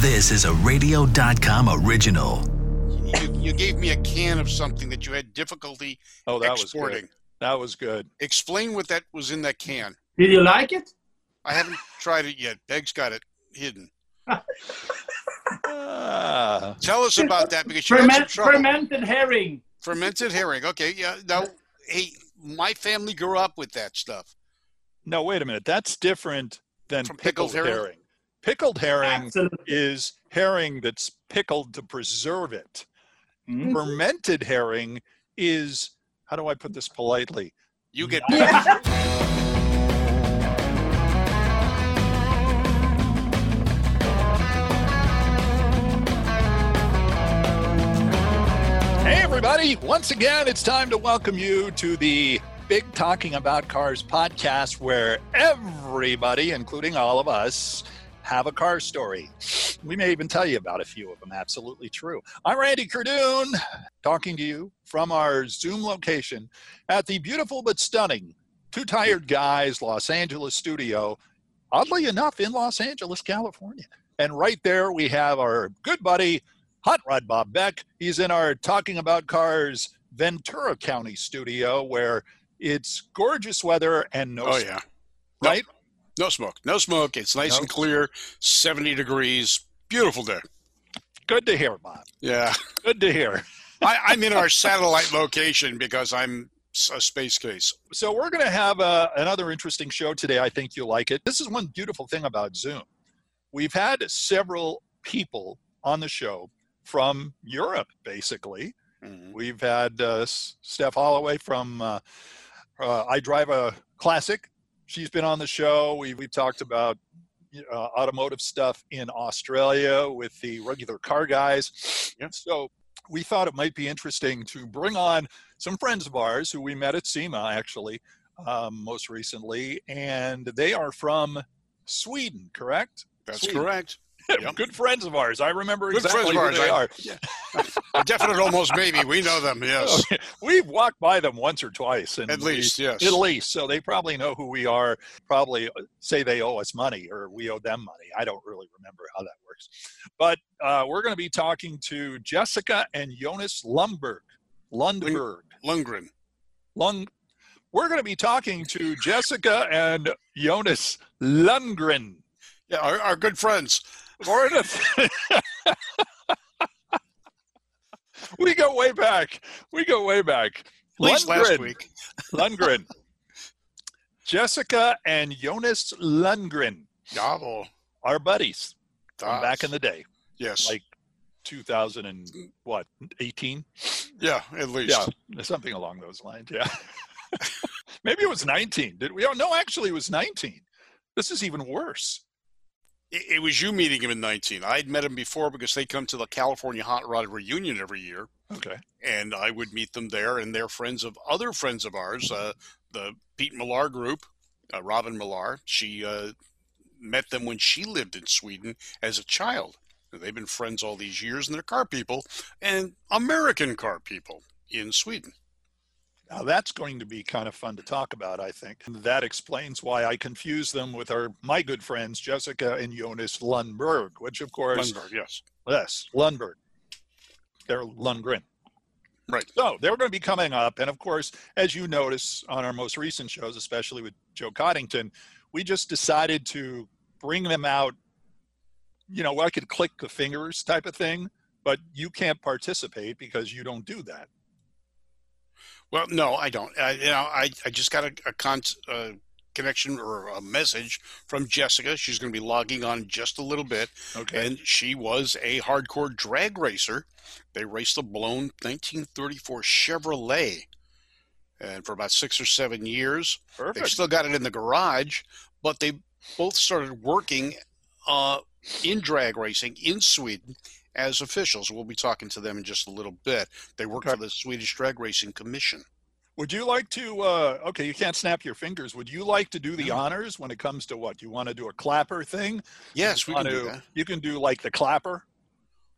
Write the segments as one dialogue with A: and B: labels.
A: This is a radio.com original.
B: You, you gave me a can of something that you had difficulty
C: Oh, that was
B: exporting.
C: good. That was good.
B: Explain what that was in that can.
D: Did you like it?
B: I haven't tried it yet. Peg's got it hidden.
C: Ah,
B: Tell us about that because you had some
D: Ferment,
B: trouble.
D: fermented herring.
B: Fermented herring. Okay, yeah. Now, hey, my family grew up with that stuff.
C: no, wait a minute. That's different than
B: From
C: pickled,
B: pickled
C: herring.
B: herring?
C: Pickled herring
D: Absolutely.
C: is herring that's pickled to preserve it.
D: Mhm.
C: Fermented herring is how do I put this politely?
B: You get
C: Hey, everybody. Once again, it's time to welcome you to the Big Talking About Cars podcast, where everybody, including all of us, have a car story. We may even tell you about a few of them. Absolutely true. I'm Randy Cardoon, talking to you from our Zoom location at the beautiful but stunning Two Tired Guys Los Angeles studio, oddly enough, in Los Angeles, California. And right there, we have our good buddy, Hot Rod Bob Beck. He's in our Talking About Cars Ventura County studio where it's gorgeous weather and no
B: Oh,
C: sun,
B: yeah.
C: right?
B: No smoke. No smoke. It's nice
C: No.
B: and clear. 70 degrees. Beautiful day.
C: Good to hear, Bob.
B: Yeah.
C: Good to hear.
B: I, I'm in our satellite location because I'm s- a space case.
C: So we're going to have uh another interesting show today. I think you'll like it. This is one beautiful thing about Zoom. We've had several people on the show from Europe, basically, We've had uh, S- Steph Holloway from uh, uh, I Drive a Classic. She's been on the show. We, we've talked about uh, automotive stuff in Australia with the regular car guys.
B: Yeah.
C: So we thought it might be interesting to bring on some friends of ours who we met at SEMA actually um, most recently, and they are from Sweden, correct?
B: That's
C: Sweden.
B: correct. Yep.
C: Good friends of ours. I remember
B: Good friends
C: exactly
B: of
C: who
B: ours.
C: they
B: I-
C: are.
B: A definite almost maybe. We know them, yes.
C: Okay. We've walked by them once or twice, and
B: At
C: we-
B: least, yes.
C: at least. So they probably know who we are. Probably uh, say they owe us money or we owe them money. I don't really remember how that works. But uh, we're going to be talking to Jessica and Jonas Lundberg. Lundberg.
B: Lundgren.
C: Lung. We're going to be talking to Jessica and Jonas Lundgren.
B: Yeah, our, our good friends.
C: Or in a- we go way back. We go way back.
B: At least last
C: Lundgren.
B: week.
C: Lundgren. Jessica and Jonas Lundgren
B: Novel.
C: are buddies from back in the day,
B: Yes.
C: like 2000 and what, 18?
B: yeah, at least.
C: Yeah, something along those lines. Yeah. Maybe it was 19. Did we? Oh, no, actually, it was 19. This is even worse.
B: It, it was you meeting him in 19. I'd met him before because they come to the California Hot Rod reunion every year,
C: Okay.
B: and I would meet them there, and they're friends of other friends of ours, uh, the Pete Millar group, uh, Robin Millar. She uh, met them when she lived in Sweden as a child. They've been friends all these years, and they're car people and American car people in Sweden.
C: Now that's going to be kind of fun to talk about, I think. That explains why I confuse them with our my good friends Jessica and Jonas Lundberg, which of course
B: Lundberg, yes.
C: Yes, Lundberg. They're Lundgren.
B: Right.
C: So they're going to be coming up. And of course, as you notice on our most recent shows, especially with Joe Coddington, we just decided to bring them out. You know, I could click the fingers type of thing, but you can't participate because you don't do that.
B: Well, no, I don't. I, you know, I, I just got a, a con- uh, connection or a message from Jessica. She's going to be logging on in just a little bit.
C: Okay.
B: And she was a hardcore drag racer. They raced a blown 1934 Chevrolet. And for about six or seven years, they've
C: Perfect.
B: still got it in the garage, but they both started working uh, in drag racing in Sweden as officials. We'll be talking to them in just a little bit. They work for
C: Okay.
B: the Swedish Drag Racing Commission.
C: Would you like to? Uh, okay, you can't snap your fingers. Would you like to do the honors when it comes to what? You want to do a clapper thing?
B: Yes, we
C: want
B: can do
C: to-
B: that.
C: You can do like the clapper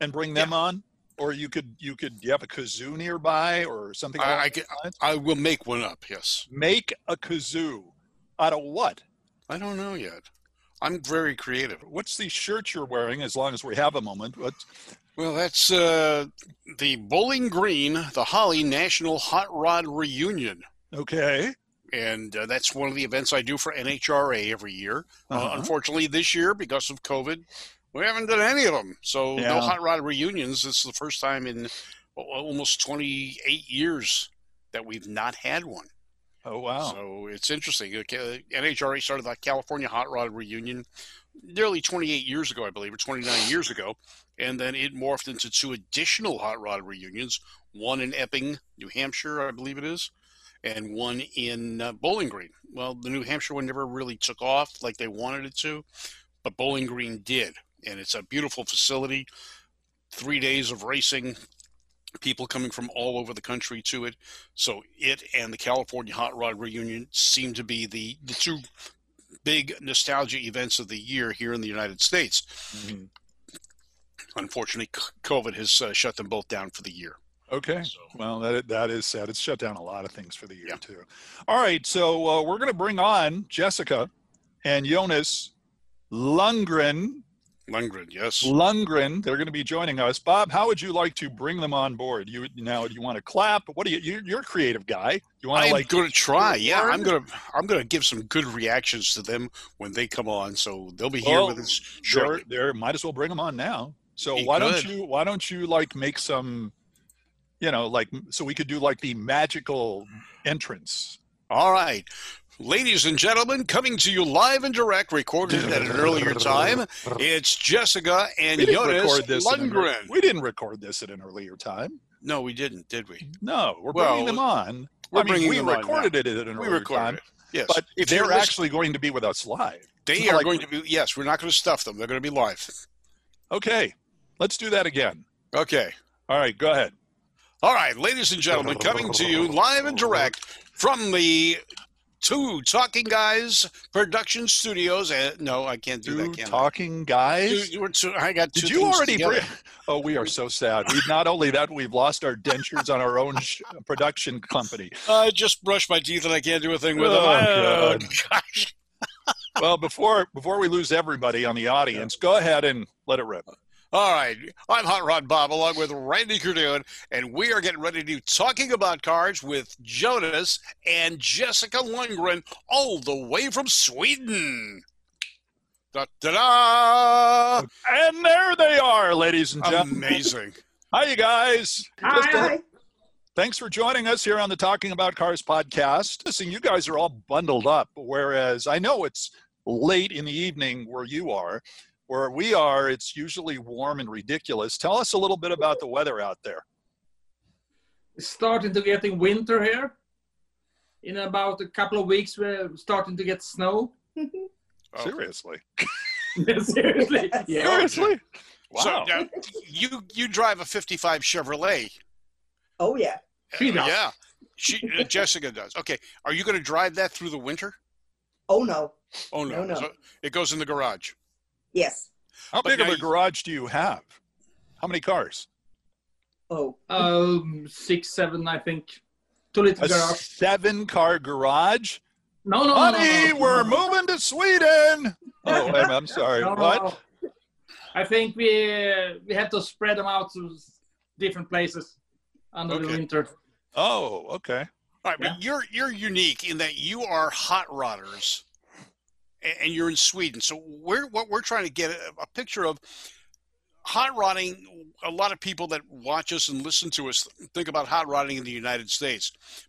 C: and bring them on, or you could you could you have a kazoo nearby or something.
B: I,
C: along
B: I,
C: those
B: ca-
C: lines?
B: I will make one up, yes.
C: Make a kazoo out of what?
B: I don't know yet. I'm very creative.
C: What's the shirt you're wearing? As long as we have a moment, what
B: Well, that's uh, the Bowling Green, the Holly National Hot Rod Reunion.
C: Okay.
B: And uh, that's one of the events I do for NHRA every year. uh
C: Uh-huh.
B: unfortunately, this year, because of COVID, we haven't done any of them. So, no
C: Yeah.
B: hot rod reunions. This is the first time in al- almost 28 years that we've not had one.
C: oh wow.
B: So it's interesting. Okay, NHRA started the California Hot Rod Reunion nearly 28 years ago, I believe, or 29 years ago, and then it morphed into two additional hot rod reunions: one in Epping, New Hampshire, I believe it is, and one in uh, Bowling Green. Well, the New Hampshire one never really took off like they wanted it to, but Bowling Green did, and it's a beautiful facility. Three days of racing, people coming from all over the country to it. So it and the California Hot Rod Reunion seem to be the, the two big nostalgia events of the year here in the United States.
C: Mhm.
B: Unfortunately, c- COVID has uh, shut them both down for the year.
C: Okay.
B: So
C: Well, that that is sad. It's shut down a lot of things for the year
B: Yeah.
C: too. All right, so uh, we're going to bring on Jessica and Jonas Lundgren.
B: Lundgren, yes.
C: Lundgren, they're going to be joining us. Bob, how would you like to bring them on board? You now, do you want to clap? What do you? you you're a creative guy. You want
B: I'm
C: to like?
B: gonna try. Yeah, I'm
C: learn?
B: gonna I'm gonna give some good reactions to them when they come on. So they'll be here
C: Well,
B: with us
C: Sure.
B: shortly.
C: There, might as well bring them on now. So
B: Be
C: why
B: good.
C: don't you? Why don't you like make some? You know, like so we could do like the magical entrance.
B: All right. Ladies and gentlemen, coming to you live and direct, recorded at an earlier time, it's Jessica and
C: We didn't
B: Jonas
C: record this. at an ear-
B: Lundgren.
C: we didn't record this at an earlier time.
B: No, we didn't, did we?
C: No, we're
B: Well,
C: bringing them on.
B: we're
C: I mean,
B: bringing
C: we
B: them on now.
C: recorded it at an
B: We
C: earlier
B: recorded
C: time,
B: it. Yes.
C: but
B: if
C: they're
B: you're listening-
C: actually going to be with us live.
B: they
C: it's not
B: are
C: like-
B: going to be, yes, we're not going to stuff them. They're going to be live.
C: Okay, let's do that again.
B: Okay.
C: All right, go ahead.
B: All right, ladies and gentlemen, coming to you live and direct from the Two Talking Guys production studios. And, no, I can't do
C: Two
B: that, can
C: talking
B: I?
C: guys.
B: Two- we're two- I got two
C: Did you
B: things
C: already?
B: together.
C: Bring, oh, we are so sad. We've not only that, we've lost our dentures on our own sh- production company.
B: I just brushed my teeth and I can't do a thing with
C: Oh,
B: them. Oh,
C: God.
B: gosh.
C: Well, before before we lose everybody on the audience, go ahead and let it rip.
B: All right, I'm Hot Rod Bob along with Randy Cardoon, and we are getting ready to do talking about cars with Jonas and Jessica Lundgren, all the way from Sweden. Da da da!
C: And there they are, ladies and gentlemen.
B: Amazing.
C: Hi, you guys. Just a-
D: Hi.
C: Thanks for joining us here on the Talking About Cars podcast. Listen, you guys are all bundled up, whereas I know it's late in the evening where you are. Where we are, it's usually warm and ridiculous. Tell us a little bit about the weather out there.
D: It's starting to getting winter here. In about a couple of weeks, we're starting to get snow.
B: Oh.
C: Seriously.
D: Seriously. Yeah.
C: Seriously? Wow.
B: So, uh, you you drive a '55 Chevrolet. Uh,
E: Oh yeah.
D: She does.
B: Yeah, she uh, Jessica does. Okay, are you going to drive that through the winter?
E: Oh no.
B: Oh no,
E: No, no.
B: So it goes in the garage.
E: Yes.
C: How
B: but
C: big of
B: now
C: a
B: you-
C: garage do you have? How many cars?
E: Oh.
D: Um, six, seven, I think. Two little
C: A
D: girls.
C: seven car garage?
D: No, no, no, no,
C: Honey,
D: no,
C: we're
D: no.
C: moving to Sweden. Oh, wait, I'm sorry.
D: No, no,
C: What?
D: no. I think we we have to spread them out to s- different places under the
B: Okay.
D: winter.
C: Oh, okay.
B: All right, but you're you're unique in that you are hot rodders, a- and you're in Sweden. So we're what we're trying to get a, a picture of hot rodding. A lot of people that watch us and listen to us think about hot rodding in the United States,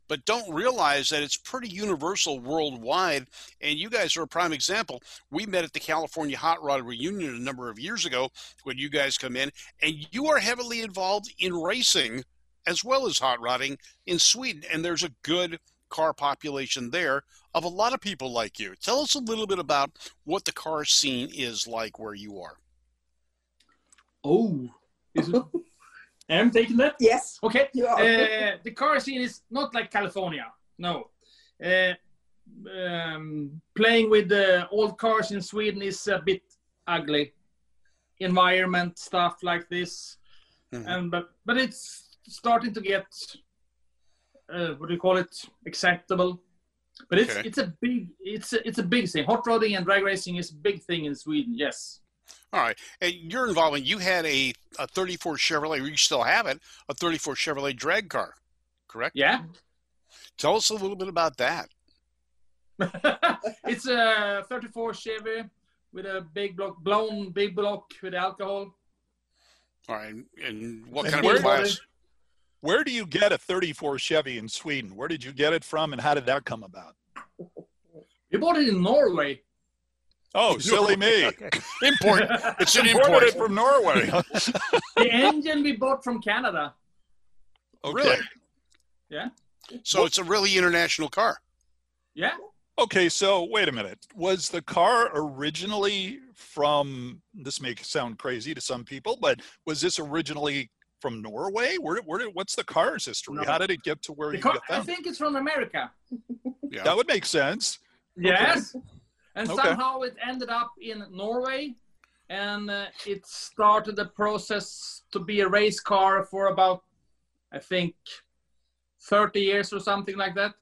B: but don't realize that it's pretty universal worldwide. And you guys are a prime example. We met at the California Hot Rod Reunion a number of years ago when you guys come in, and you are heavily involved in racing as well as hot rodding in Sweden, and there's a good car population there of a lot of people like you. Tell us a little bit about what the car scene is like where you are.
D: Oh, is it? I'm taking that.
E: Yes.
D: Okay.
E: You are.
D: Uh, the car scene is not like California. No. Uh, um, playing with the old cars in Sweden is a bit ugly. Environment stuff like this,
B: Mhm.
D: and but but it's starting to get uh, what do you call it acceptable But it's
B: Okay.
D: it's a big it's a, it's a big thing. Hot rodding and drag racing is a big thing in Sweden. Yes.
B: All right. And your involvement, you had a, a 34 Chevrolet, or you still have it, a 34 Chevrolet drag car, correct?
D: Yeah.
B: Tell us a little bit about that.
D: it's a 34 Chevy with a big block blown big block with alcohol.
B: All right. And what
C: And
B: kind
C: where-
B: of class?
C: Where do you get a 34 Chevy in Sweden? Where did you get it from and how did that come about?
D: We bought it in Norway.
C: Oh, silly me.
B: Import. It's an import.
C: Imported it from Norway.
D: the engine we bought from Canada.
B: Really?
D: Yeah.
B: So it's a really international car.
D: Yeah.
C: Okay, so wait a minute. Was the car originally from this may sound crazy to some people, but was this originally from Norway? Where, where did, what's the car's history?
D: No.
C: How did it get to where
D: The
C: you
D: car, I
C: got them?
D: think it's from America.
C: That would make sense.
D: Yes. And
C: Okay.
D: somehow it ended up in Norway and uh, it started the process to be a race car for about I think 30 years or something like that.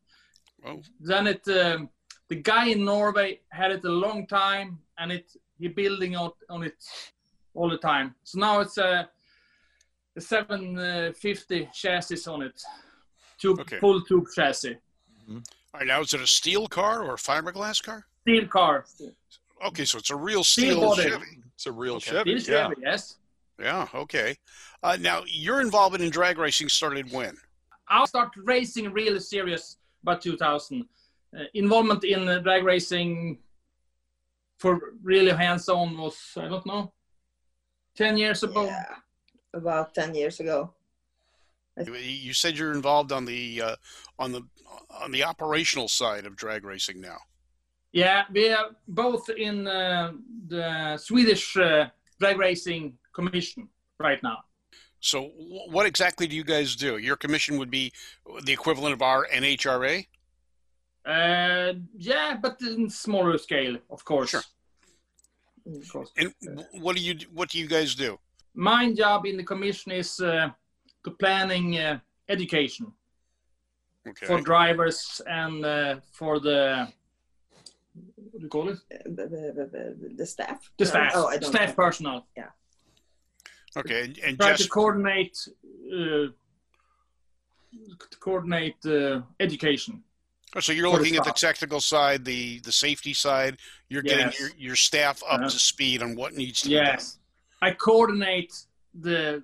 B: Oh.
D: Then it um, the guy in Norway had it a long time and it he building on, on it all the time. So now it's a, a 750 chassis on it. Tube,
B: Okay.
D: full tube chassis.
B: All right. Now, is it a steel car or a fiberglass car?
D: Steel car.
B: Okay. So it's a real
D: Steel
B: steel
D: body.
B: Chevy.
C: It's a real
B: Okay.
C: Chevy.
D: Steel
C: yeah.
D: Chevy, yes.
B: Yeah. Okay. Uh, now, your involvement in drag racing started when?
D: I'll start racing really serious about 2000. Uh, involvement in uh, drag racing for really hands-on was I don't know, 10 years ago.
E: Yeah. About 10 years ago.
B: You said you're involved on the uh, on the on the operational side of drag racing now.
D: Yeah, we are both in uh, the Swedish uh, drag racing commission right now.
B: So, wh- what exactly do you guys do? Your commission would be the equivalent of our NHRA.
D: Uh, yeah, but in smaller scale, of course.
B: Sure.
E: Mm.
D: Of course.
B: And wh- what do you what do you guys do?
D: My job in the commission is uh, to planning uh, education. for
B: Okay.
D: drivers and uh, for the what do you call it?
E: Uh, The, the, the, the, the staff?
D: The
E: No,
D: staff,
E: Oh, I don't
D: staff
E: know.
D: personnel.
B: Okay. And, and
D: Try
B: Jess,
D: to coordinate, uh, to coordinate uh, education.
B: so you're
D: for the
B: looking at the
D: staff.
B: technical side, the the safety side. You're getting
D: Yes.
B: your, your staff up
D: Uh-huh.
B: to speed on what needs to be done.
D: Yes, I coordinate the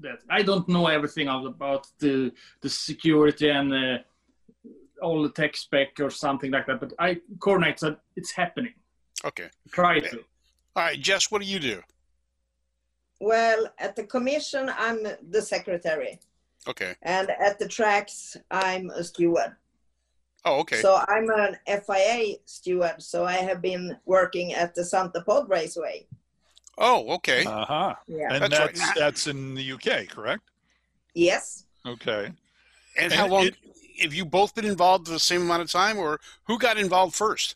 D: that. I don't know everything all about the the security and uh, all the tech spec or something like that, but I coordinate that it's happening.
B: Okay.
D: Try to.
B: All right, Jess. What do you do?
E: Well, at the commission, I'm the secretary.
B: Okay.
E: And at the tracks, I'm a steward.
B: Oh, okay.
E: So I'm an FIA steward. So I have been working at the Santa Pod Raceway.
B: oh, okay.
C: Uh huh.
E: Yeah.
C: And
B: That's right.
C: that's that's in the UK, correct?
E: yes.
C: Okay.
B: And
C: And
B: how long
C: it-
B: have you both been involved the same amount of time, or who got involved first?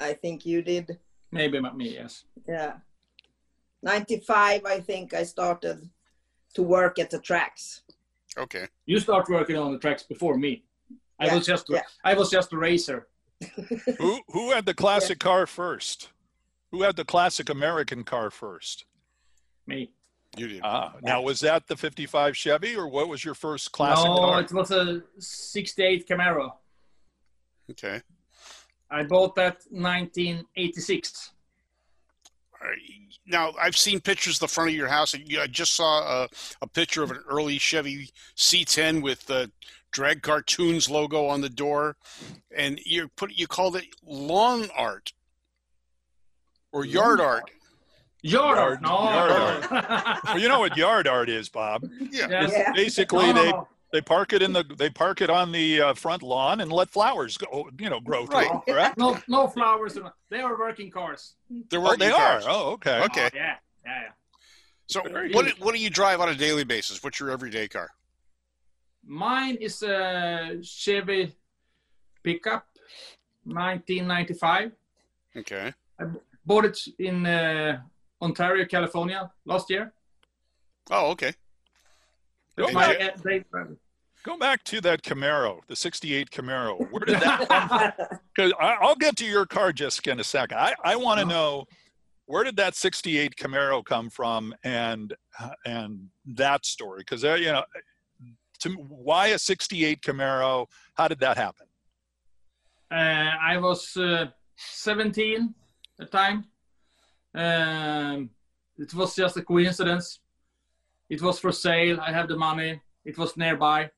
E: I think you did.
D: Maybe not me. Yes.
E: Yeah. 95, I think I started to work at the tracks.
B: Okay,
D: You start working on the tracks before me. I
E: Yeah,
D: was just
E: yeah.
D: I was just a racer.
C: who who had the classic car first? Who had the classic American car first?
D: Me.
B: you did.
C: Ah, now was that the 55 Chevy or what was your first classic
D: no,
C: car?
D: it was a '68 Camaro.
B: Okay.
D: I bought that 1986.
B: All right. Now I've seen pictures of the front of your house. and you- I just saw a, a picture of an early Chevy C10 with the drag cartoons logo on the door, and you put you called it lawn art or yard art.
D: Yard,
C: Yard-
D: no.
C: yard Well, you know what yard art is, Bob.
B: Yeah.
D: Yes.
E: Yeah.
C: Basically,
D: No, no,
C: they
D: no.
C: they park it in the they park it on the uh, front lawn and let flowers go, you know, grow through.
B: Right.
C: it, Correct?
D: no, no flowers. or- They are working cars.
B: There were
C: Oh, they are. Oh, okay.
B: Okay.
D: Oh, yeah, yeah, yeah.
B: So
C: Very
B: what
C: good.
B: do- what do you drive on a daily basis? What's your everyday car?
D: Mine is a Chevy pickup, 1995.
B: Okay.
D: Bought it in uh, Ontario, California, last year.
B: Oh, okay.
D: That's
C: Okay.
D: my, uh, day driver.
C: Go back to that Camaro, the 68 Camaro. Where did that Because I'll get to your car, Jessica, in a second. I, I want
B: Uh-huh.
C: to know where did that 68 Camaro come from and and that story? Because, you know, to, why a 68 Camaro? How did that happen?
D: Uh, I was uh, 17 at the time. Um, it was just a coincidence. It was for sale. I have the money. It was nearby.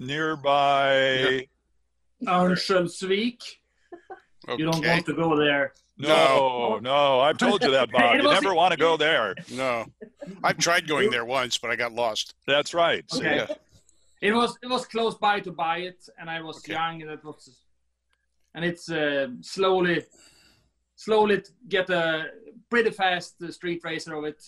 C: Nearby.
D: Örnsköldsvik.
B: Okay.
D: You don't want to go there.
C: No, no, I've told you that, Bob.
D: It
C: You
D: was-
C: never want to go there.
B: No. I've tried going there once, but I got lost.
C: That's right. See?
D: Okay. It was it was close by to buy it, and I was
B: Okay.
D: young, and it was, and it's uh, slowly, slowly get a pretty fast uh, street racer of it.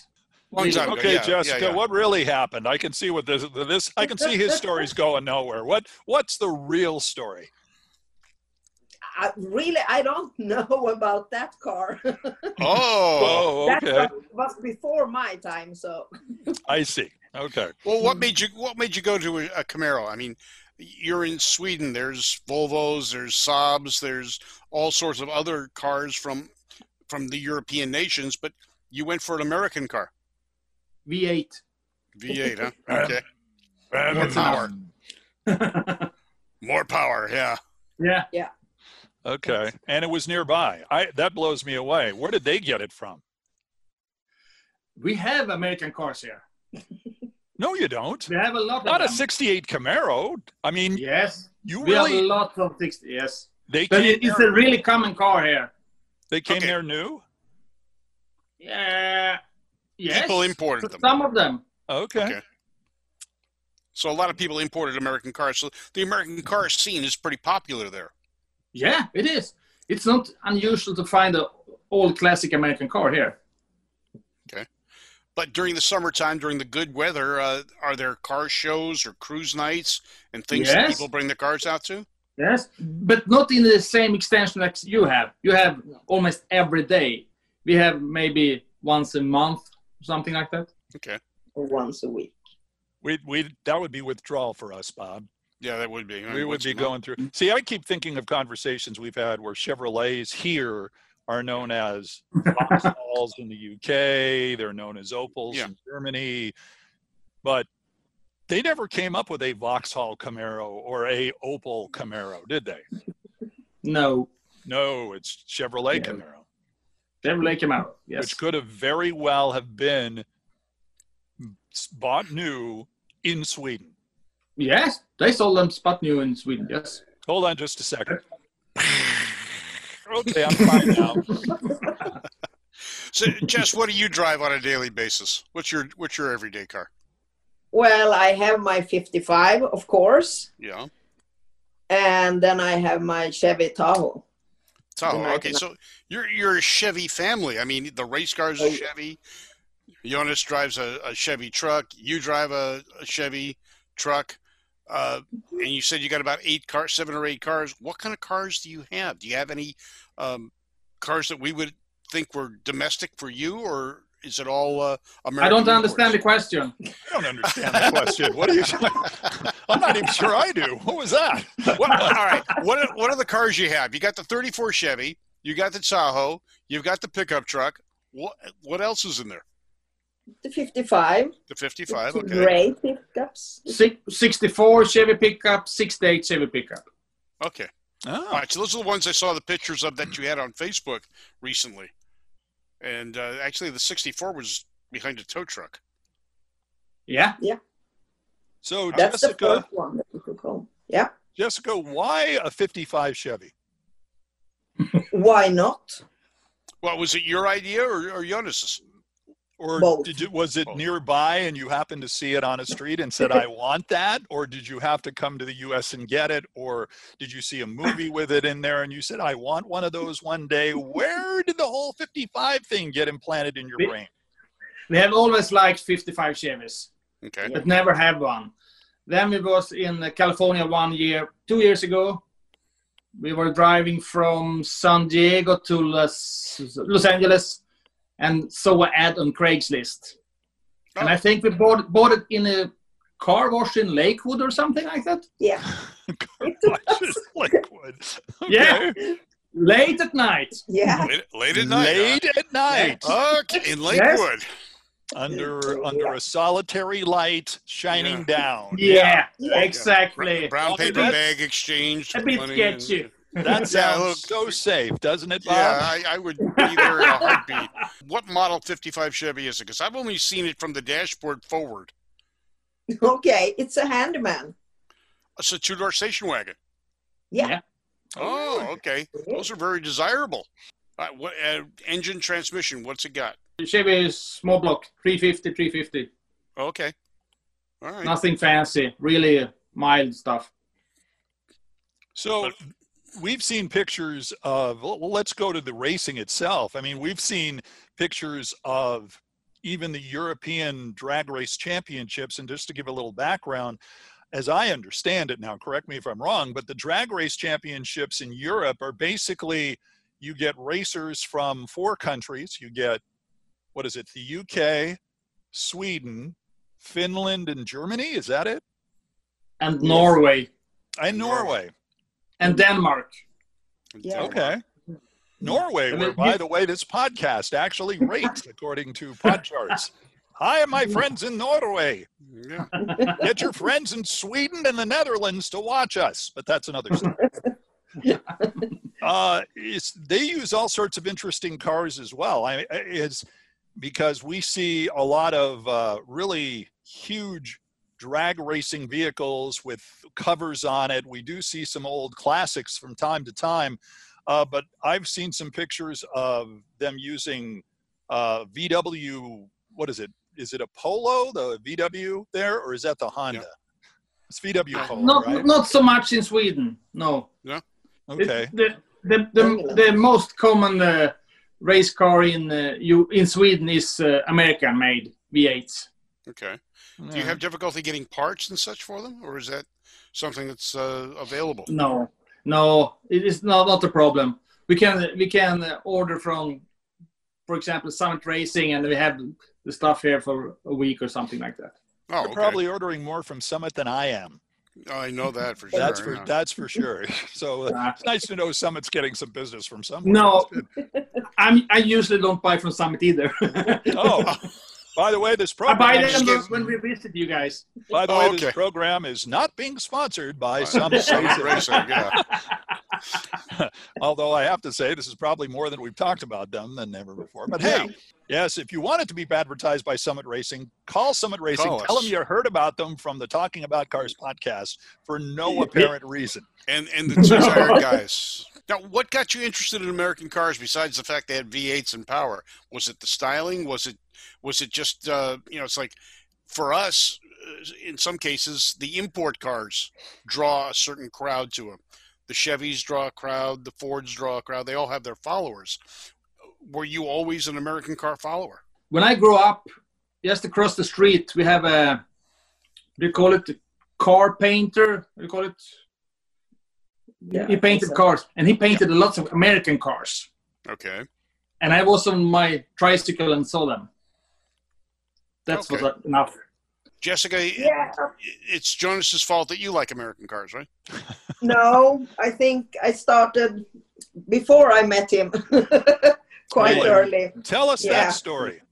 B: Long time ago,
C: Okay,
B: yeah, yeah,
C: Jessica,
B: yeah.
C: what really happened? I can see what this this I can see his story's going nowhere. What what's the real story?
E: I, really, I don't know about that car.
B: Oh.
C: Oh,
E: that
C: okay.
E: car was before my time, so
C: I see. Okay.
B: Well, what made you what made you go to a, a Camaro? I mean, you're in Sweden. There's Volvos, there's Saabs, there's all sorts of other cars from from the European nations, but you went for an American car,
D: V8.
B: V8, huh? Okay. More
D: That's
B: power. More power, yeah.
D: Yeah,
C: Okay. And it was nearby. I that blows me away. Where did they get it from?
D: we have American cars here.
C: No, you don't.
D: We have a lot
C: Not a
D: of them.
C: 68 Camaro. I mean,
D: Yes,
C: you
D: we have a
C: really
D: lot of things. Yes,
C: they
D: but
C: came
D: it, it's
C: there-
D: a really common car here.
C: they came
B: Okay.
C: there new?
D: Yeah. Yes.
B: People imported them.
D: Some of them.
C: Okay.
B: Okay. So a lot of people imported American cars. So the American car scene is pretty popular there.
D: Yeah, it is. It's not unusual to find an old classic American car here.
B: But during the summertime, during the good weather, uh, are there car shows or cruise nights and things that
D: Yes.
B: people bring their cars out to?
D: Yes, but not in the same extension that you have. You have almost every day. We have maybe once a month, something like that.
B: Okay.
E: once a week.
C: We we that would be withdrawal for us, Bob.
B: Yeah, that would be.
C: we would
B: What's
C: be
B: the-
C: going through. See, I keep thinking of conversations we've had where Chevrolets here are known as Vauxhalls in the UK. They're known as Opals
B: Yeah.
C: in Germany, but they never came up with a Vauxhall Camaro or a Opal Camaro, did they?
D: No,
C: No, it's Chevrolet
D: No.
C: Camaro,
D: Chevrolet Camaro. Yes.
C: which could have very well have been s- bought new in Sweden.
D: Yes, they sold them spot new in Sweden. Yes.
C: Hold on just a second. okay, I'm fine now.
B: So, Jess, what do you drive on a daily basis? What's your what's your everyday car?
E: Well, I have my 55, of course,
B: Yeah,
E: and then I have my Chevy Tahoe.
B: Tahoe.
E: American.
B: Oh, Okay, so you're you're a Chevy family. I mean, the race cars
E: Oh,
B: are
E: yeah.
B: Chevy. Jonas drives a, a Chevy truck. You drive a, a Chevy truck. Uh,
E: Mm-hmm.
B: and you said you got about eight cars, seven or eight cars. What kind of cars do you have? Do you have any um, cars that we would think were domestic for you, or is it all uh, American?
D: I don't understand the
B: imports?
D: question.
C: I don't understand the question. What are you? I'm not even sure I do. What was that?
B: What, all right. What are, what are the cars you have? You got the 34 Chevy. You got the Tahoe. You've got the pickup truck. What what else is in there?
E: The 55,
B: The 55.
E: two
B: Okay.
E: gray pickups.
D: Six, 64 Chevy pickup, 68 Chevy pickup.
B: Okay. All
C: Oh,
B: right. So those are the ones I saw the pictures of that you had on Facebook recently. And uh, actually, the 64 was behind a tow truck.
D: Yeah.
C: so
E: That's the
C: Jessica,
E: first one that we took home. Yeah.
C: Jessica, why a 55 Chevy?
E: Why not?
B: Well, was it your idea or, or Jonas's?
C: Or
E: Both.
C: did you, was it
B: Both.
C: nearby and you happened to see it on a street and said, "I want that"? Or did you have to come to the U.S. and get it? Or did you see a movie with it in there and you said, "I want one of those one day"? Where did the whole 55 thing get implanted in your
D: Be-
C: brain?
D: We have always liked 55 Chevys.
B: Okay.
D: but never had one. Then it was in California one year, two years ago. We were driving from San Diego to Los, Los Angeles and saw an ad on Craigslist. And I think we bought, bought it in a car wash in Lakewood or something like that.
E: Yeah.
C: Watches Lakewood.
D: Yeah.
C: Okay.
D: Late at night.
E: Yeah.
B: Late, late at night. huh?
C: Late at night,
B: Okay, in Lakewood.
C: under
E: Yeah.
C: under a solitary light shining
B: Yeah.
C: down.
D: Yeah,
E: Yeah.
D: exactly.
B: Brown
C: Okay,
B: paper
D: that's
B: bag exchange.
D: A bit
B: money and-
D: sketchy.
C: That sounds
B: look-
C: so safe, doesn't it,
B: Yeah,
C: Bob?
B: I, I would be there in a heartbeat. What model 55 Chevy is it? Because I've only seen it from the dashboard forward.
E: Okay. It's a handyman.
B: It's a two door station wagon.
E: Yeah.
B: Oh, okay. Those are very desirable. Uh, what uh, engine transmission? What's it got?
D: Chevy is small block, 350, 350.
B: Okay. All right.
D: Nothing fancy, really uh, mild stuff.
C: So we've seen pictures of, well, let's go to the racing itself. I mean, we've seen pictures of even the European drag race championships. And just to give a little background, as I understand it now, correct me if I'm wrong, but the drag race championships in Europe are basically you get racers from four countries. You get, what is it, the UK, Sweden, Finland, and Germany? Is that it?
D: And Norway
C: And Norway.
D: and Denmark.
E: Yeah.
C: Okay. Norway,
D: And
C: where,
D: then
C: by
D: you-
C: the way, this podcast actually rates according to pod charts. Hi, my friends in Norway.
B: Yeah.
C: Get your friends in Sweden and the Netherlands to watch us. But that's another story. uh, it's, they use all sorts of interesting cars as well. I, it's because we see a lot of uh, really huge drag racing vehicles with covers on it. We do see some old classics from time to time, uh, but I've seen some pictures of them using uh, VW. What is it? Is it a Polo, the VW there, or is that the Honda? It's VW Polo,
D: Not,
C: right?
D: not so much in Sweden, no. It-
C: Okay.
D: The, the, the, the most common uh, race car in, uh, you, in Sweden is uh, American made V8s.
B: Okay. Do you have difficulty getting parts and such for them, or is that something that's uh, available?
D: No, no, it is not, not a problem. We can we can uh, order from, for example, Summit Racing, and we have the stuff here for a week or something like that.
B: Oh,
C: You're
B: okay.
C: probably ordering more from Summit than I am.
B: I know that for sure.
C: That's for
B: yeah.
C: that's for sure. So uh,
D: Uh,
C: it's nice to know Summit's getting some business from someone.
D: no, I'm, I usually don't buy from Summit either.
C: Oh, by the way, this
D: I
C: program.
D: buy
B: just
D: them
B: give-
D: when we visit you guys.
C: By the way,
B: Okay.
C: this program is not being sponsored by
B: Some
C: Summit. Racing.
B: racer, yeah.
C: Although I have to say, this is probably more than we've talked about them than ever before. But hey, yes, if you want it to be advertised by Summit Racing, call Summit Racing.
B: Call
C: tell
B: us.
C: them you heard about them from the Talking About Cars podcast for no apparent reason.
B: And and the two tire guys. Now, what got you interested in American cars besides the fact they had V8s and power? Was it the styling? Was it was it just uh, you know? It's like for us, uh, in some cases, the import cars draw a certain crowd to them. The Chevys draw a crowd. The Fords draw a crowd. They all have their followers. Were you always an American car follower?
D: When I grow up, just across the street, we have a, they call it car painter. They call it.
E: Yeah,
D: he
E: I think
D: painted
E: so.
D: cars, and he painted lots of American cars.
B: Okay.
D: and I was on my tricycle and saw them. That's
B: Okay.
D: what I, enough.
B: Jessica, i-
E: Yeah.
B: it's Jonas's fault that you like American cars, right?
E: No, I think I started before I met him, quite
C: Really?
E: early.
C: Tell us
E: Yeah.
C: that story.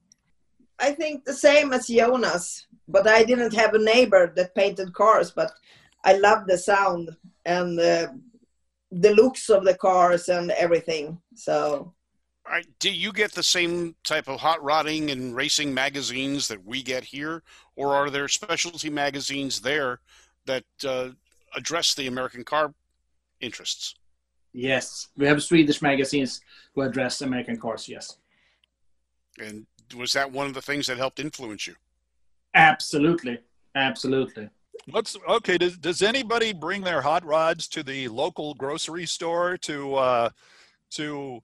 E: I think the same as Jonas, but I didn't have a neighbor that painted cars, but I loved the sound and the, the looks of the cars and everything. So,
B: All right. Do you get the same type of hot rodding and racing magazines that we get here, or are there specialty magazines there that uh, address the American car interests?
D: Yes, we have Swedish magazines who address American cars. Yes,
B: And was that one of the things that helped influence you?
D: absolutely, absolutely.
C: What's okay? Does does anybody bring their hot rods to the local grocery store to uh, to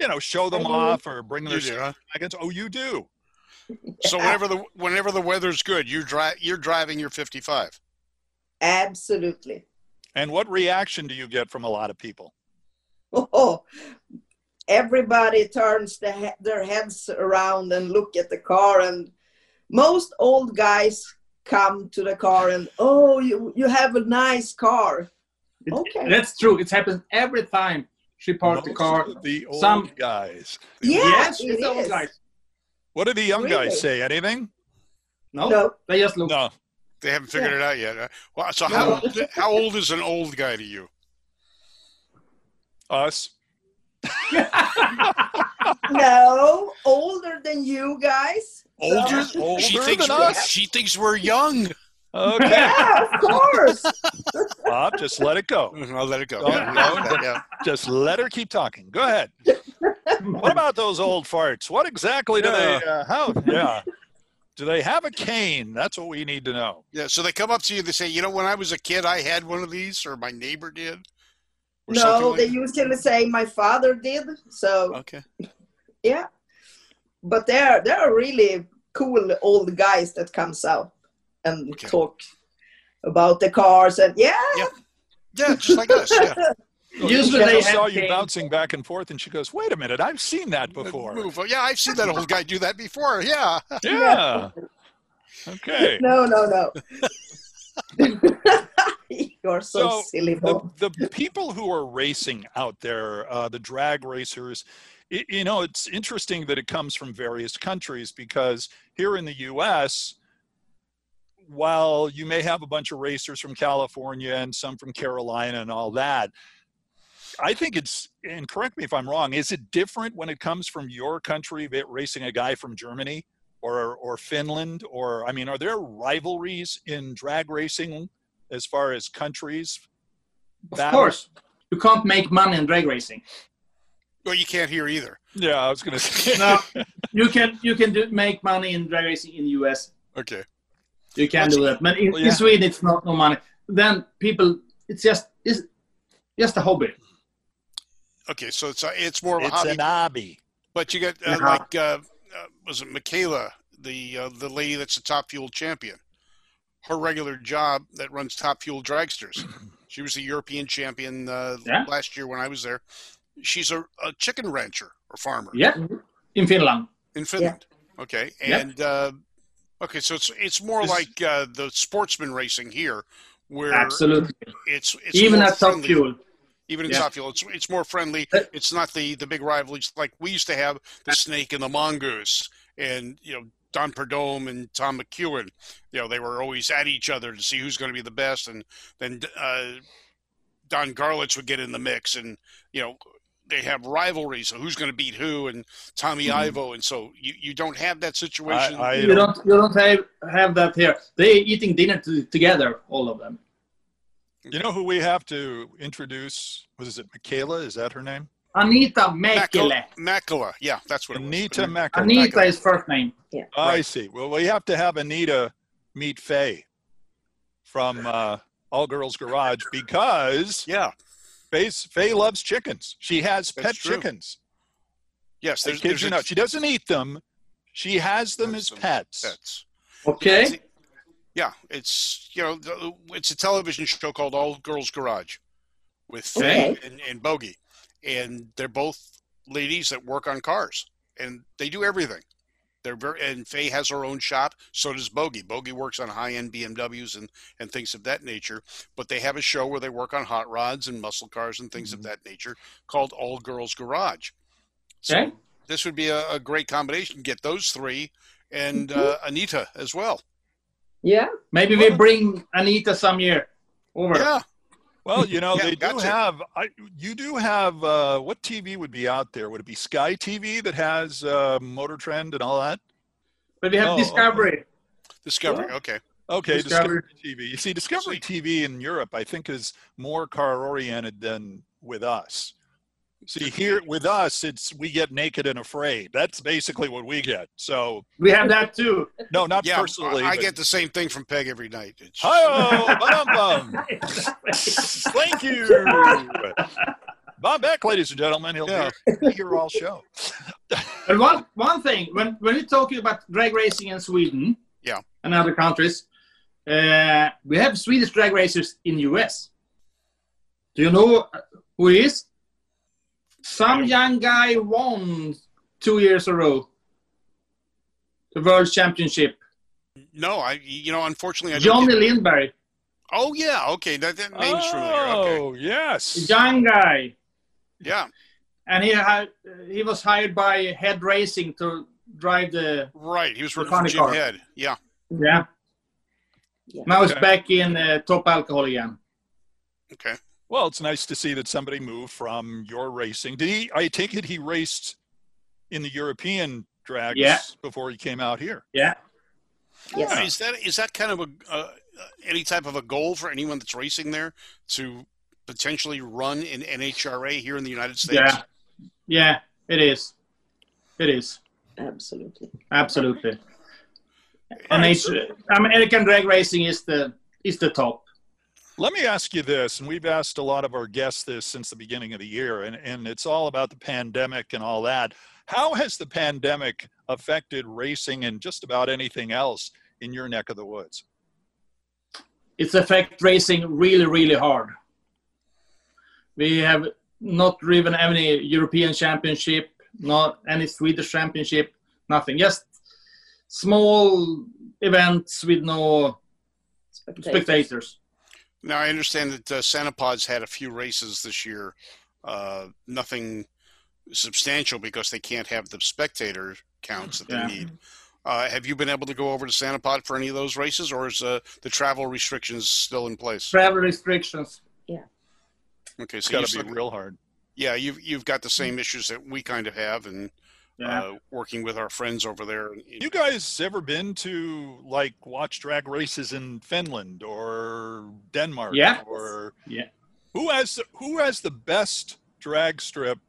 C: you know show them
E: I do.
C: off or bring their
B: You do, huh?
C: wagons? Oh, you do.
B: So whenever the whenever the weather's good, you drive you're driving your 55.
E: absolutely.
C: And what reaction do you get from a lot of people?
E: Oh, everybody turns the he- their heads around and look at the car, and most old guys come to the car and oh you you have a nice car
D: It-
E: okay
D: That's true. It happens every time she parked the
C: Most
D: car.
C: of The old
D: Some-
C: guys.
E: yes,
D: it's
E: it
D: all
E: is
D: right.
C: What do the young
E: Really?
C: guys say? Anything?
D: No,
E: No.
D: they just look.
C: No.
B: They haven't figured it out yet. huh? Well, so
E: No.
B: how old, how old is an old guy to you?
C: Us.
E: no older than you guys
B: Older?
C: Older
B: she
C: than
B: thinks we're,
C: us.
B: she thinks we're young.
C: Okay.
E: yeah of course
C: Bob, just let it go.
B: Mhm, I'll let it go.
C: Don't-
B: Yeah,
C: don't-
B: yeah.
C: Just let her keep talking. Go ahead. What about those old farts? What exactly do
B: Yeah.
C: they? Uh, how? Yeah. Do they have a cane? That's what we need to know.
B: Yeah, so they come up to you. They say, "You know, when I was a kid, I had one of these, or my neighbor did." Or something
E: no
B: like
E: they usually say my father did so
B: Okay.
E: yeah but they're they're really cool old guys that comes out and
B: Okay.
E: talk about the cars and yeah
B: Yeah, just like us. Yeah.
D: Usually
C: I
D: they
C: saw
D: have
C: you
D: cane.
C: bouncing back and forth, and she goes, "Wait a minute, I've seen that before."
B: Move. Yeah, I've seen that old guy do that before. Yeah.
C: Yeah. Okay.
E: no no no you're so,
C: So, uh,
E: silly
C: the,
E: Bob.
C: the people who are racing out there, uh, the drag racers, i you know, it's interesting that it comes from various countries because here in the U.S., while you may have a bunch of racers from California and some from Carolina and all that, I think it's, and correct me if I'm wrong, is it different when it comes from your country va- racing a guy from Germany or, or Finland? Or, I mean, are there rivalries in drag racing as far as countries
D: Of
C: battle.
D: course, you can't make money in drag racing.
B: Well, you can't hear either.
C: Yeah, I was gonna say.
D: No, you can you can do, make money in drag racing in the U.S.
B: Okay.
D: You can do that, but in,
C: Well,
D: in
C: yeah.
D: Sweden it's not no money. Then people, it's just it's just a hobby.
B: Okay. So it's uh, it's more of a
C: it's
B: hobby.
C: an hobby.
B: but you got uh,
D: Yeah.
B: like uh, uh, was it Michaela, the uh, the lady that's the Top Fuel champion? Her regular job that runs Top Fuel Dragsters. She was the European champion uh,
D: Yeah.
B: last year when I was there. She's a, a chicken rancher or farmer.
D: Yeah, Mm-hmm. in Finland.
B: in Finland. Okay,
D: Yeah.
B: and uh, okay, so it's it's more
D: This-
B: like uh, the sportsman racing here, where
D: Absolutely.
B: it's, it's
D: Even
B: more
D: at Top
B: friendly.
D: Fuel.
B: even in
D: Yeah.
B: Top Fuel, it's it's more friendly.
D: But-
B: It's not the the big rivalries like we used to have the snake and the mongoose, and you know Don Perdome and Tom McEwen. You know they were always at each other to see who's going to be the best, and then uh, Don Garlitz would get in the mix, and you know they have rivalries of who's going to beat who, and Tommy Ivo, and so you you don't have that situation.
C: I
D: You don't you don't have have that here. They're eating dinner to, together, all of them.
C: You know who we have to introduce? What is it? Michaela? Is that her name?
D: Anita
B: Makela,
D: Mäkelä.
B: Makela, yeah, that's what it was.
C: Anita Mecca.
D: Anita is first name.
C: I see. Well, we have to have Anita meet Faye from uh, All Girls Garage because
B: Yeah,
C: Faye's, Faye loves chickens. She
B: That's
C: has pet
B: true.
C: chickens.
B: yes,
C: I
B: there's,
C: kid
B: there's
C: you
B: a-
C: not. She doesn't eat them. She has them
B: Has
C: as
B: them.
C: pets.
B: that's-
D: Okay.
B: Yeah, it's you know the- it's a television show called All Girls Garage with Faye
E: Okay.
B: and, and Bogey, and they're both ladies that work on cars, and they do everything. They're very and Faye has her own shop, so does Bogey. Bogey works on high end BMWs and and things of that nature. But they have a show where they work on hot rods and muscle cars and things of that nature called All Girls Garage. So
D: Okay.
B: this would be a, a great combination. Get those three and uh, Anita as well.
E: yeah
D: Maybe we bring Anita some year over.
B: Yeah.
C: Well, you know,
B: Yeah,
C: they do
B: gotcha.
C: have. I, you do have. Uh, what TV would be out there? Would it be Sky TV that has uh, Motor Trend and all that?
D: But we have
C: Oh,
D: Discovery.
B: Discovery. Okay.
C: Okay, Discovery,
D: Discovery.
C: TV. You see, Discovery TV in Europe, I think, is more car oriented than with us. See, here with us, it's we get naked and afraid. That's basically what we get. So,
D: We have that too.
C: no, not
B: yeah,
C: personally.
B: I, I
C: but-
B: get the same thing from Peg every night. It's
C: Hi-oh, ba-dum-bum. Thank you. Bob Beck, ladies and gentlemen. He'll
B: Yeah.
C: be here all show.
D: But one one thing, when when you're talking about drag racing in Sweden,
B: Yeah.
D: and other countries, uh, we have Swedish drag racers in U.S. Do you know who he is? Some young guy won two years ago the world championship.
B: No, I you know unfortunately I don't
D: Johnny
B: get-
D: Lindberg,
B: Oh yeah, okay, that, that name's familiar. Okay,
C: Oh, yes.
D: young guy,
B: yeah,
D: and he had he was hired by Head Racing to drive the
B: right. He was working for
D: Iconic
B: Jim
D: car.
B: Head. Yeah,
D: yeah.
E: Yeah.
D: Now it's
C: Okay.
D: back in uh, top alcohol again.
B: okay.
C: Well, it's nice to see that somebody moved from your racing. Did he? I take it he raced in the European drags
D: Yeah.
C: before he came out here.
D: Yeah,
E: Yes.
B: Is that is that kind of a uh, uh, any type of a goal for anyone that's racing there to potentially run in NHRA here in the United States?
D: yeah, yeah. It is, it is
E: Absolutely.
D: absolutely.
C: All
D: And
C: right,
D: it's, uh, American drag racing is the is the top.
C: Let me ask you this, and we've asked a lot of our guests this since the beginning of the year, and, and it's all about the pandemic and all that. How has the pandemic affected racing and just about anything else in your neck of the woods?
D: It's affect racing really really hard. We have not driven any European Championship, not any Swedish Championship, nothing. Just small events with no spectators.
B: Now I understand that uh, Santapods had a few races this year, uh, nothing substantial because they can't have the spectator counts that they
D: Yeah.
B: need. Uh, have you been able to go over to Santapod for any of those races, or is uh, the travel restrictions still in place?
D: Travel restrictions.
B: Okay,
C: It's
B: so
C: got
B: you've
C: to be Mm.
B: still-
C: real hard.
B: yeah, you've you've got the same issues that we kind of have, and
D: Yeah.
B: uh, working with our friends over there.
C: You guys ever been to like watch drag races in Finland or Denmark?
D: Yeah.
C: Or
D: Yeah.
C: Who has who has the best drag strip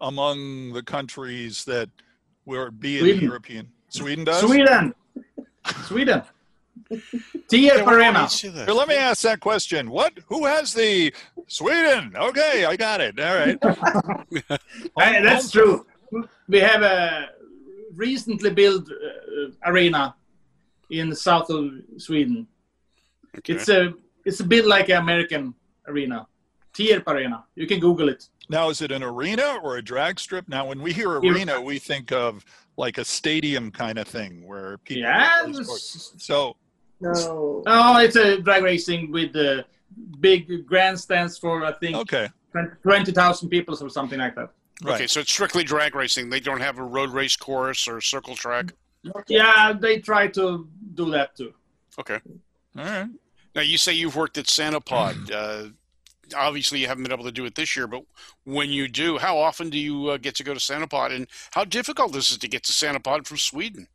C: among the countries that were be in
D: Sweden.
C: European? Sweden does.
D: Sweden. Sweden. Tia
C: Oh,
D: Parena.
C: Here, let me ask that question. What? Who has the Sweden? Okay, I got it. All right.
D: Hey, that's true. We have a recently built uh, arena in the south of Sweden. It's a it's a bit like an American arena. Tierp Arena. You can Google it.
C: Now, is it an arena or a drag strip? Now, when we hear
D: Yeah.
C: arena, we think of like a stadium kind of thing where people.
D: Yeah.
C: play sports. So
E: No.
D: Oh, it's a drag racing with the big grandstands for I think
C: okay,
D: twenty thousand people or something like that.
C: right.
B: Okay, so it's strictly drag racing. They don't have a road race course or circle track.
D: Yeah, they try to do that too.
B: Okay.
C: All right.
B: Now you say you've worked at Santapod.
C: Mm-hmm.
B: uh, obviously, you haven't been able to do it this year, but when you do, how often do you uh, get to go to Santapod, and how difficult is it to get to Santapod from Sweden?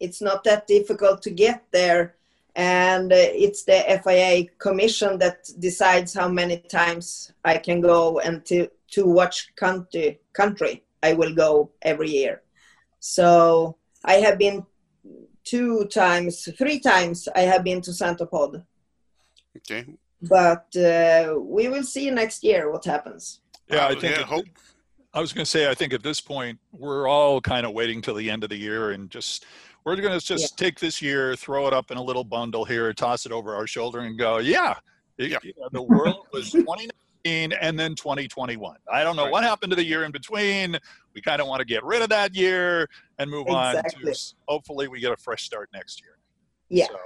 E: It's not that difficult to get there. And uh, it's the FIA commission that decides how many times I can go and to, to watch country, country I will go every year. So I have been two times, three times I have been to Santa Pod.
B: Okay.
E: But uh, we will see next year what happens.
C: Yeah,
B: Uh,
C: I think. it-
B: hope.
C: I was going to say, I think at this point we're all kind of waiting till the end of the year and just we're going to just take this year, throw it up in a little bundle here, toss it over our shoulder, and go, yeah, it-
B: Yeah.
C: you know, the world was 2019 and then 2021. I don't know
B: Right.
C: what happened to the year in between. We kind of want to get rid of that year and move on to
E: Exactly.
C: s- hopefully we get a fresh start next year.
E: Yeah.
C: So,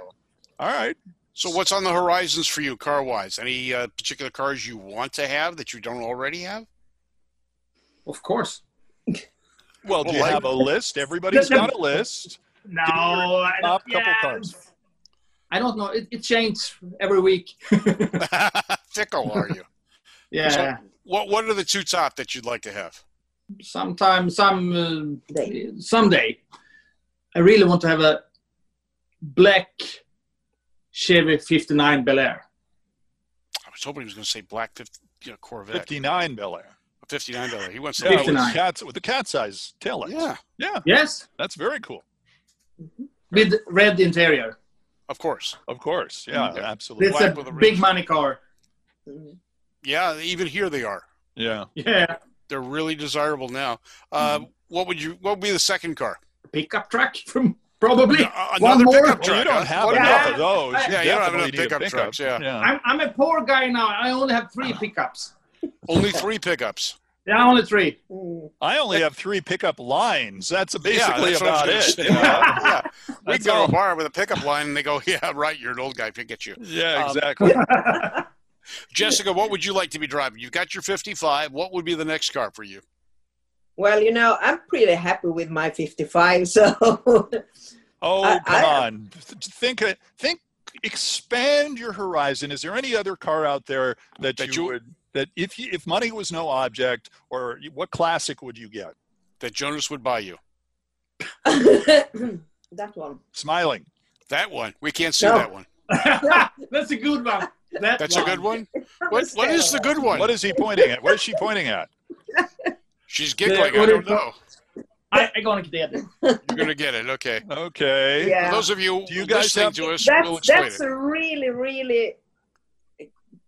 C: all right.
B: So, what's on the horizons for you, car wise? Any uh, particular cars you want to have that you don't already have?
D: Of course.
C: Well, do
B: Well,
C: you
B: I-
C: have a list? Everybody's got a list.
D: No,
C: Give me your
D: I don't-
C: top couple cards.
D: I don't know. It, it changes every week.
B: Fickle, are you?
D: Yeah,
B: So- What What are the two top that you'd like to have?
D: sometime, some uh,
E: They-
D: someday, I really want to have a black Chevy 59 Bel Air.
B: I was hoping he was going to say black 50, you know, Corvette,
C: 59 Bel Air.
B: 59 dollar. He wants
C: Yeah, with,
D: 59.
C: the cats, with the cat size tail lights.
B: Yeah,
D: Yes,
C: That's very cool.
D: with red interior.
B: of course.
C: Of course. Yeah,
B: Yeah.
C: absolutely.
D: It's
B: Black
D: a
B: with a
D: big
B: red-
D: money car.
E: Mm.
B: Yeah, even here they are.
C: Yeah.
D: Yeah,
B: They're really desirable now. Uh,
C: Mm-hmm.
B: What would you? What would be the second car?
D: pickup truck from probably.
B: Uh,
D: One
B: another
D: more?
B: pickup
C: Well,
B: truck.
C: Oh, you don't
B: huh?
C: have
B: What
D: Yeah.
C: enough
B: about-
C: of those.
D: Yeah,
B: you don't have
C: definitely
B: enough
C: need a
B: pickup trucks, yeah.
D: I'm, I'm a poor guy now. I only have three pickups.
B: Only three pickups.
D: Yeah, only three.
E: Mm.
C: I only have three pickup lines. That's basically
B: yeah, that's what I
C: about
B: was
C: it.
B: gonna
C: you
B: say.
C: know?
B: Yeah. We
C: That's
B: go to
C: all.
B: a bar with a pickup line and they go, yeah, right, you're an old guy, forget you.
C: Yeah,
B: Um,
C: exactly.
B: Jessica, what would you like to be driving? You've got your 55. What would be the next car for you?
E: Well, you know, I'm pretty happy with my 55. So
C: Oh,
E: I-
C: come
E: I-
C: on. Th- Think, think, expand your horizon. Is there any other car out there that,
B: That
C: you,
B: you-
C: would, that if, you, if money was no object, or you- what classic would you get?
B: That Jonas would buy you.
E: that one.
C: Smiling.
B: That one. We can't see
E: No.
B: that one.
D: That's a good one. That
B: That's
D: one.
B: a good one. What, what is the good one?
C: What is he pointing at? What is she pointing at?
B: She's giggling.
D: Yeah,
B: I
D: what
B: don't
D: is-
B: know.
D: I, I gonna get it.
B: You're going to get it. Okay.
C: Okay.
E: Yeah.
B: For those of you,
C: Do you guys
B: listening
C: have-
B: to us, we'll
E: That's,
B: explain
E: that's
B: it.
E: a really, really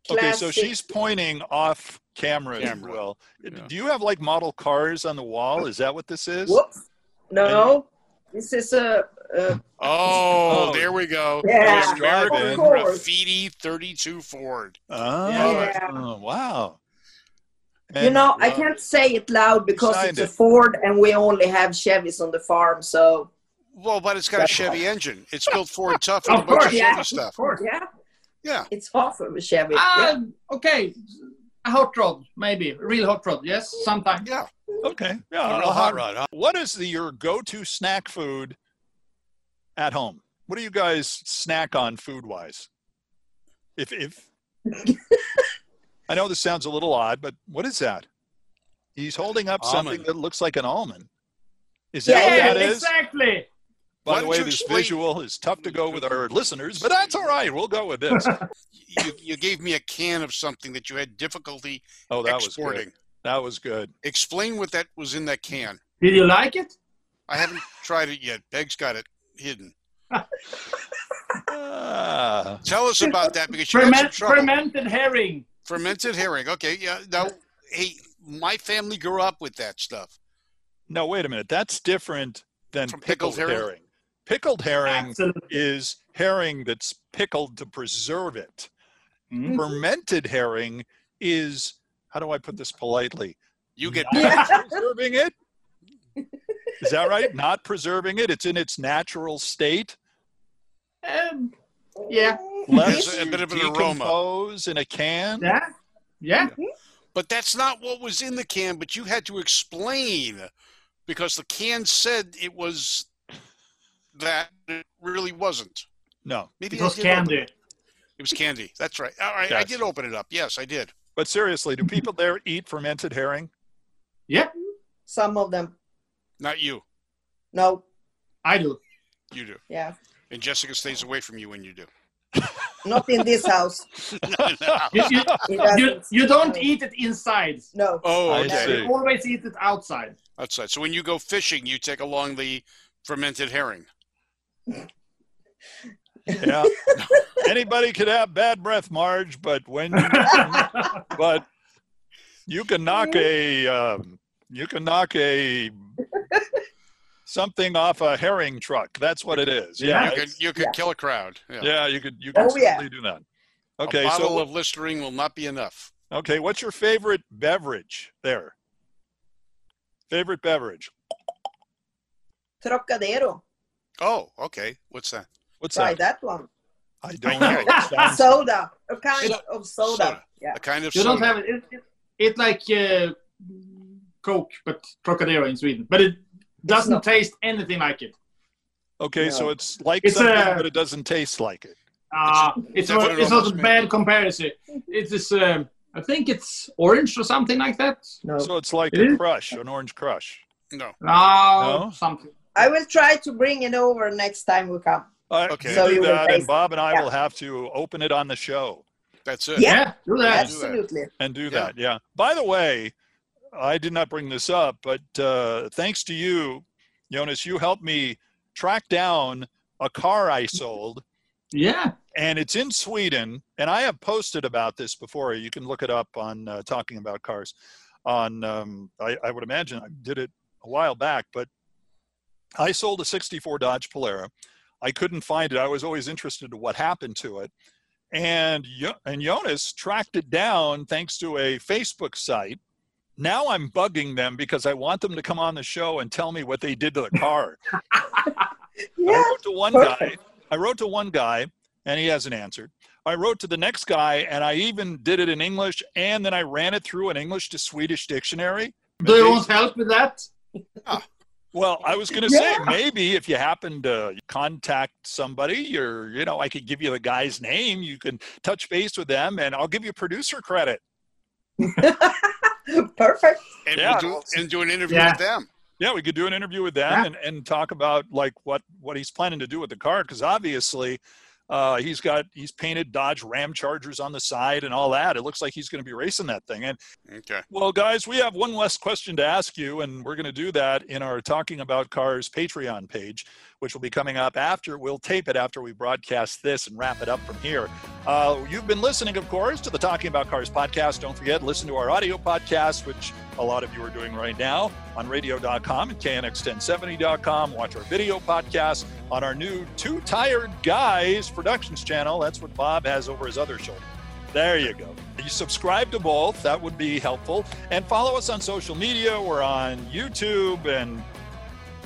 E: classic.
C: Okay, so she's pointing off camera, if you
B: Camera.
C: will.
B: Yeah.
C: Do you have like model cars on the wall? Is that what this is?
E: Whoops. No, this is a. a
B: Oh,
C: Oh.
B: there we go.
E: Yeah.
B: The American
C: Of
E: course.
B: Graffiti 32 Ford.
C: Oh,
E: Yeah.
C: oh, wow.
E: you
C: And-
E: know, I
B: uh,
E: can't say it loud because
C: signed
E: it's a
C: it.
E: Ford, and we only have Chevys on the farm. So
B: Well, but it's got a
E: That's
B: Chevy engine. It's built Ford tough
D: Of
B: and a bunch of
E: course,
B: Chevy
E: yeah.
B: stuff.
D: course.
E: yeah,
B: Yeah.
E: it's half of a Chevy.
D: Ah, okay. A hot rod, maybe. A real hot rod, yes, sometimes.
B: Yeah.
C: Okay. Yeah.
B: A
C: I'll
B: real hot
C: have-
B: rod. huh?
C: What is the, your go-to snack food at home? What do you guys snack on food-wise? If if I know this sounds a little odd, but what is that? He's holding up something
B: Almond.
C: that looks like an almond. Is that
E: Yeah,
C: what that is?
D: exactly.
C: By
B: Why
C: the
B: don't
C: way,
B: you
C: this
B: explain-
C: visual is tough to go with our listeners, but that's all right. We'll go with this.
B: You, you gave me a can of something that you had difficulty
C: Oh, that was
B: exporting.
C: good. That was good.
B: Explain what that was in that can.
D: Did you like it?
B: I haven't tried it yet. Peg's got it hidden.
C: Ah,
B: Tell us about that because you had some
D: Ferment,
B: trouble.
D: fermented herring.
B: Fermented herring. Okay. Yeah. Now, hey, my family grew up with that stuff.
C: no, wait a minute. That's different than
B: From
C: pickled,
B: pickled
C: herring.
B: herring?
C: Pickled herring
D: Absolutely.
C: is herring that's pickled to preserve it. Hmm?
D: Mhm.
C: Fermented herring is how do I put this politely?
B: You get
E: Yeah.
C: Preserving it. Is that right? Not preserving it. It's in its natural state.
D: Um, yeah.
C: Less
B: a bit of an aroma.
C: decompose in a can.
D: Yeah. Yeah.
B: But that's not what was in the can, but you had to explain because the can said it was that it really wasn't.
C: No.
B: Maybe
D: It was
B: I did open
D: candy.
B: It. It was candy. That's right. All right. I
C: Yes.
B: did open it up. Yes, I did.
C: But seriously, do people there eat fermented herring?
D: Yeah,
E: Some of them.
B: Not you.
E: No,
D: I do.
B: You do.
E: yeah,
B: And Jessica stays away from you when you do.
E: not in this house.
D: You, you,
E: It
D: you,
E: doesn't.
D: you don't eat it inside.
E: No.
B: oh,
C: I
B: okay.
C: see.
D: You always eat it outside.
B: Outside. So when you go fishing, you take along the fermented herring.
C: yeah. Anybody could have bad breath, Marge, but when but you can knock a um, you can knock a something off a herring truck. That's what it is. Yeah,
B: You
C: it's-
B: could you could
E: yeah.
B: kill a crowd. Yeah.
C: yeah. You could you could
E: Oh, yeah.
C: certainly do that. Okay,
B: a bottle
C: so
B: of Listerine will not be enough.
C: okay, what's your favorite beverage there? Favorite beverage?
E: Trocadero.
B: Oh, okay. What's that?
C: What's
E: Try
C: that?
E: that one.
C: I don't know. It sounds-
E: Soda. A kind
B: So-
E: of soda.
B: soda.
E: Yeah.
B: A kind of
D: You don't
B: soda.
D: have it. It, it, it like uh, Coke, but Trocadero in Sweden. But it doesn't
E: not-
D: taste anything like it.
C: Okay, so
E: No.
C: it's like
D: It's
C: something,
D: a-
C: but it doesn't taste like it.
D: Uh, it's
B: That's
D: not,
B: what it
D: it's not
B: almost
D: a
B: means.
D: bad comparison. It is, um, I think it's orange or something like that.
E: No.
C: So it's like
D: It
C: a
D: is?
C: crush, an orange crush.
B: No.
D: No,
C: No?
D: something.
E: I will try to bring it over next time we come.
C: Uh,
B: Okay.
C: okay.
E: So you
C: do
E: will
C: that, and
E: taste-
C: Bob and I
E: yeah.
C: will have to open it on the show
B: That's it.
E: Yeah.
D: Yeah, do that.
B: Yes.
E: Absolutely.
C: and do
B: Yeah.
C: that. Yeah. By the way, I did not bring this up, but uh, thanks to you, Jonas, you helped me track down a car I sold,
D: Yeah.
C: and it's in Sweden. And I have posted about this before. You can look it up on uh, Talking About Cars. On, um, I, I would imagine I did it a while back, but I sold a 64 Dodge Polara. I couldn't find it. I was always interested in what happened to it. And, Jo- and Jonas tracked it down thanks to a Facebook site. Now I'm bugging them because I want them to come on the show and tell me what they did to the car.
E: Yeah.
C: I wrote to one guy.
E: perfect.
C: I wrote to one guy, and he hasn't answered. I wrote to the next guy, and I even did it in English, and then I ran it through an English to Swedish dictionary.
D: Do you want help with that?
C: Well, I was going to say
E: Yeah.
C: maybe if you happen to contact somebody, or you know, I could give you the guy's name. You can touch base with them, and I'll give you producer credit.
E: Perfect.
B: and,
C: Yeah.
B: we'll do, and do an interview
D: Yeah.
B: with them.
C: Yeah, we could do an interview with them
D: Yeah.
C: and, and talk about like what what he's planning to do with the card because obviously uh, he's got he's painted Dodge Ram Chargers on the side and all that. It looks like he's going to be racing that thing. And
B: Okay.
C: well, guys, we have one last question to ask you, and we're going to do that in our talking about cars Patreon page, which will be coming up after. We'll tape it after we broadcast this and wrap it up from here. Uh, you've been listening, of course, to the Talking About Cars podcast. Don't forget, listen to our audio podcast, which a lot of you are doing right now on radio.com and KNX1070.com. Watch our video podcast on our new Two Tired Guys Productions channel. That's what Bob has over his other shoulder. There you go. You subscribe to both, that would be helpful. And follow us on social media. We're on YouTube and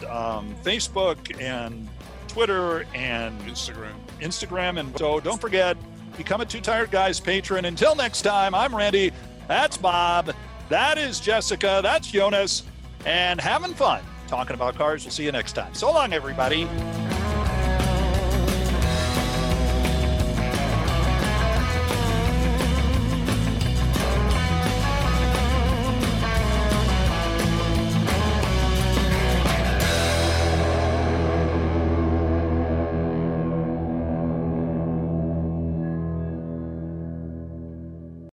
C: um, Facebook and Twitter and
B: Instagram.
C: Instagram. And so don't forget, become a Two Tired Guys patron. Until next time, I'm Randy. That's Bob. That is Jessica. That's Jonas. And having fun talking about cars. We'll see you next time. So long, everybody.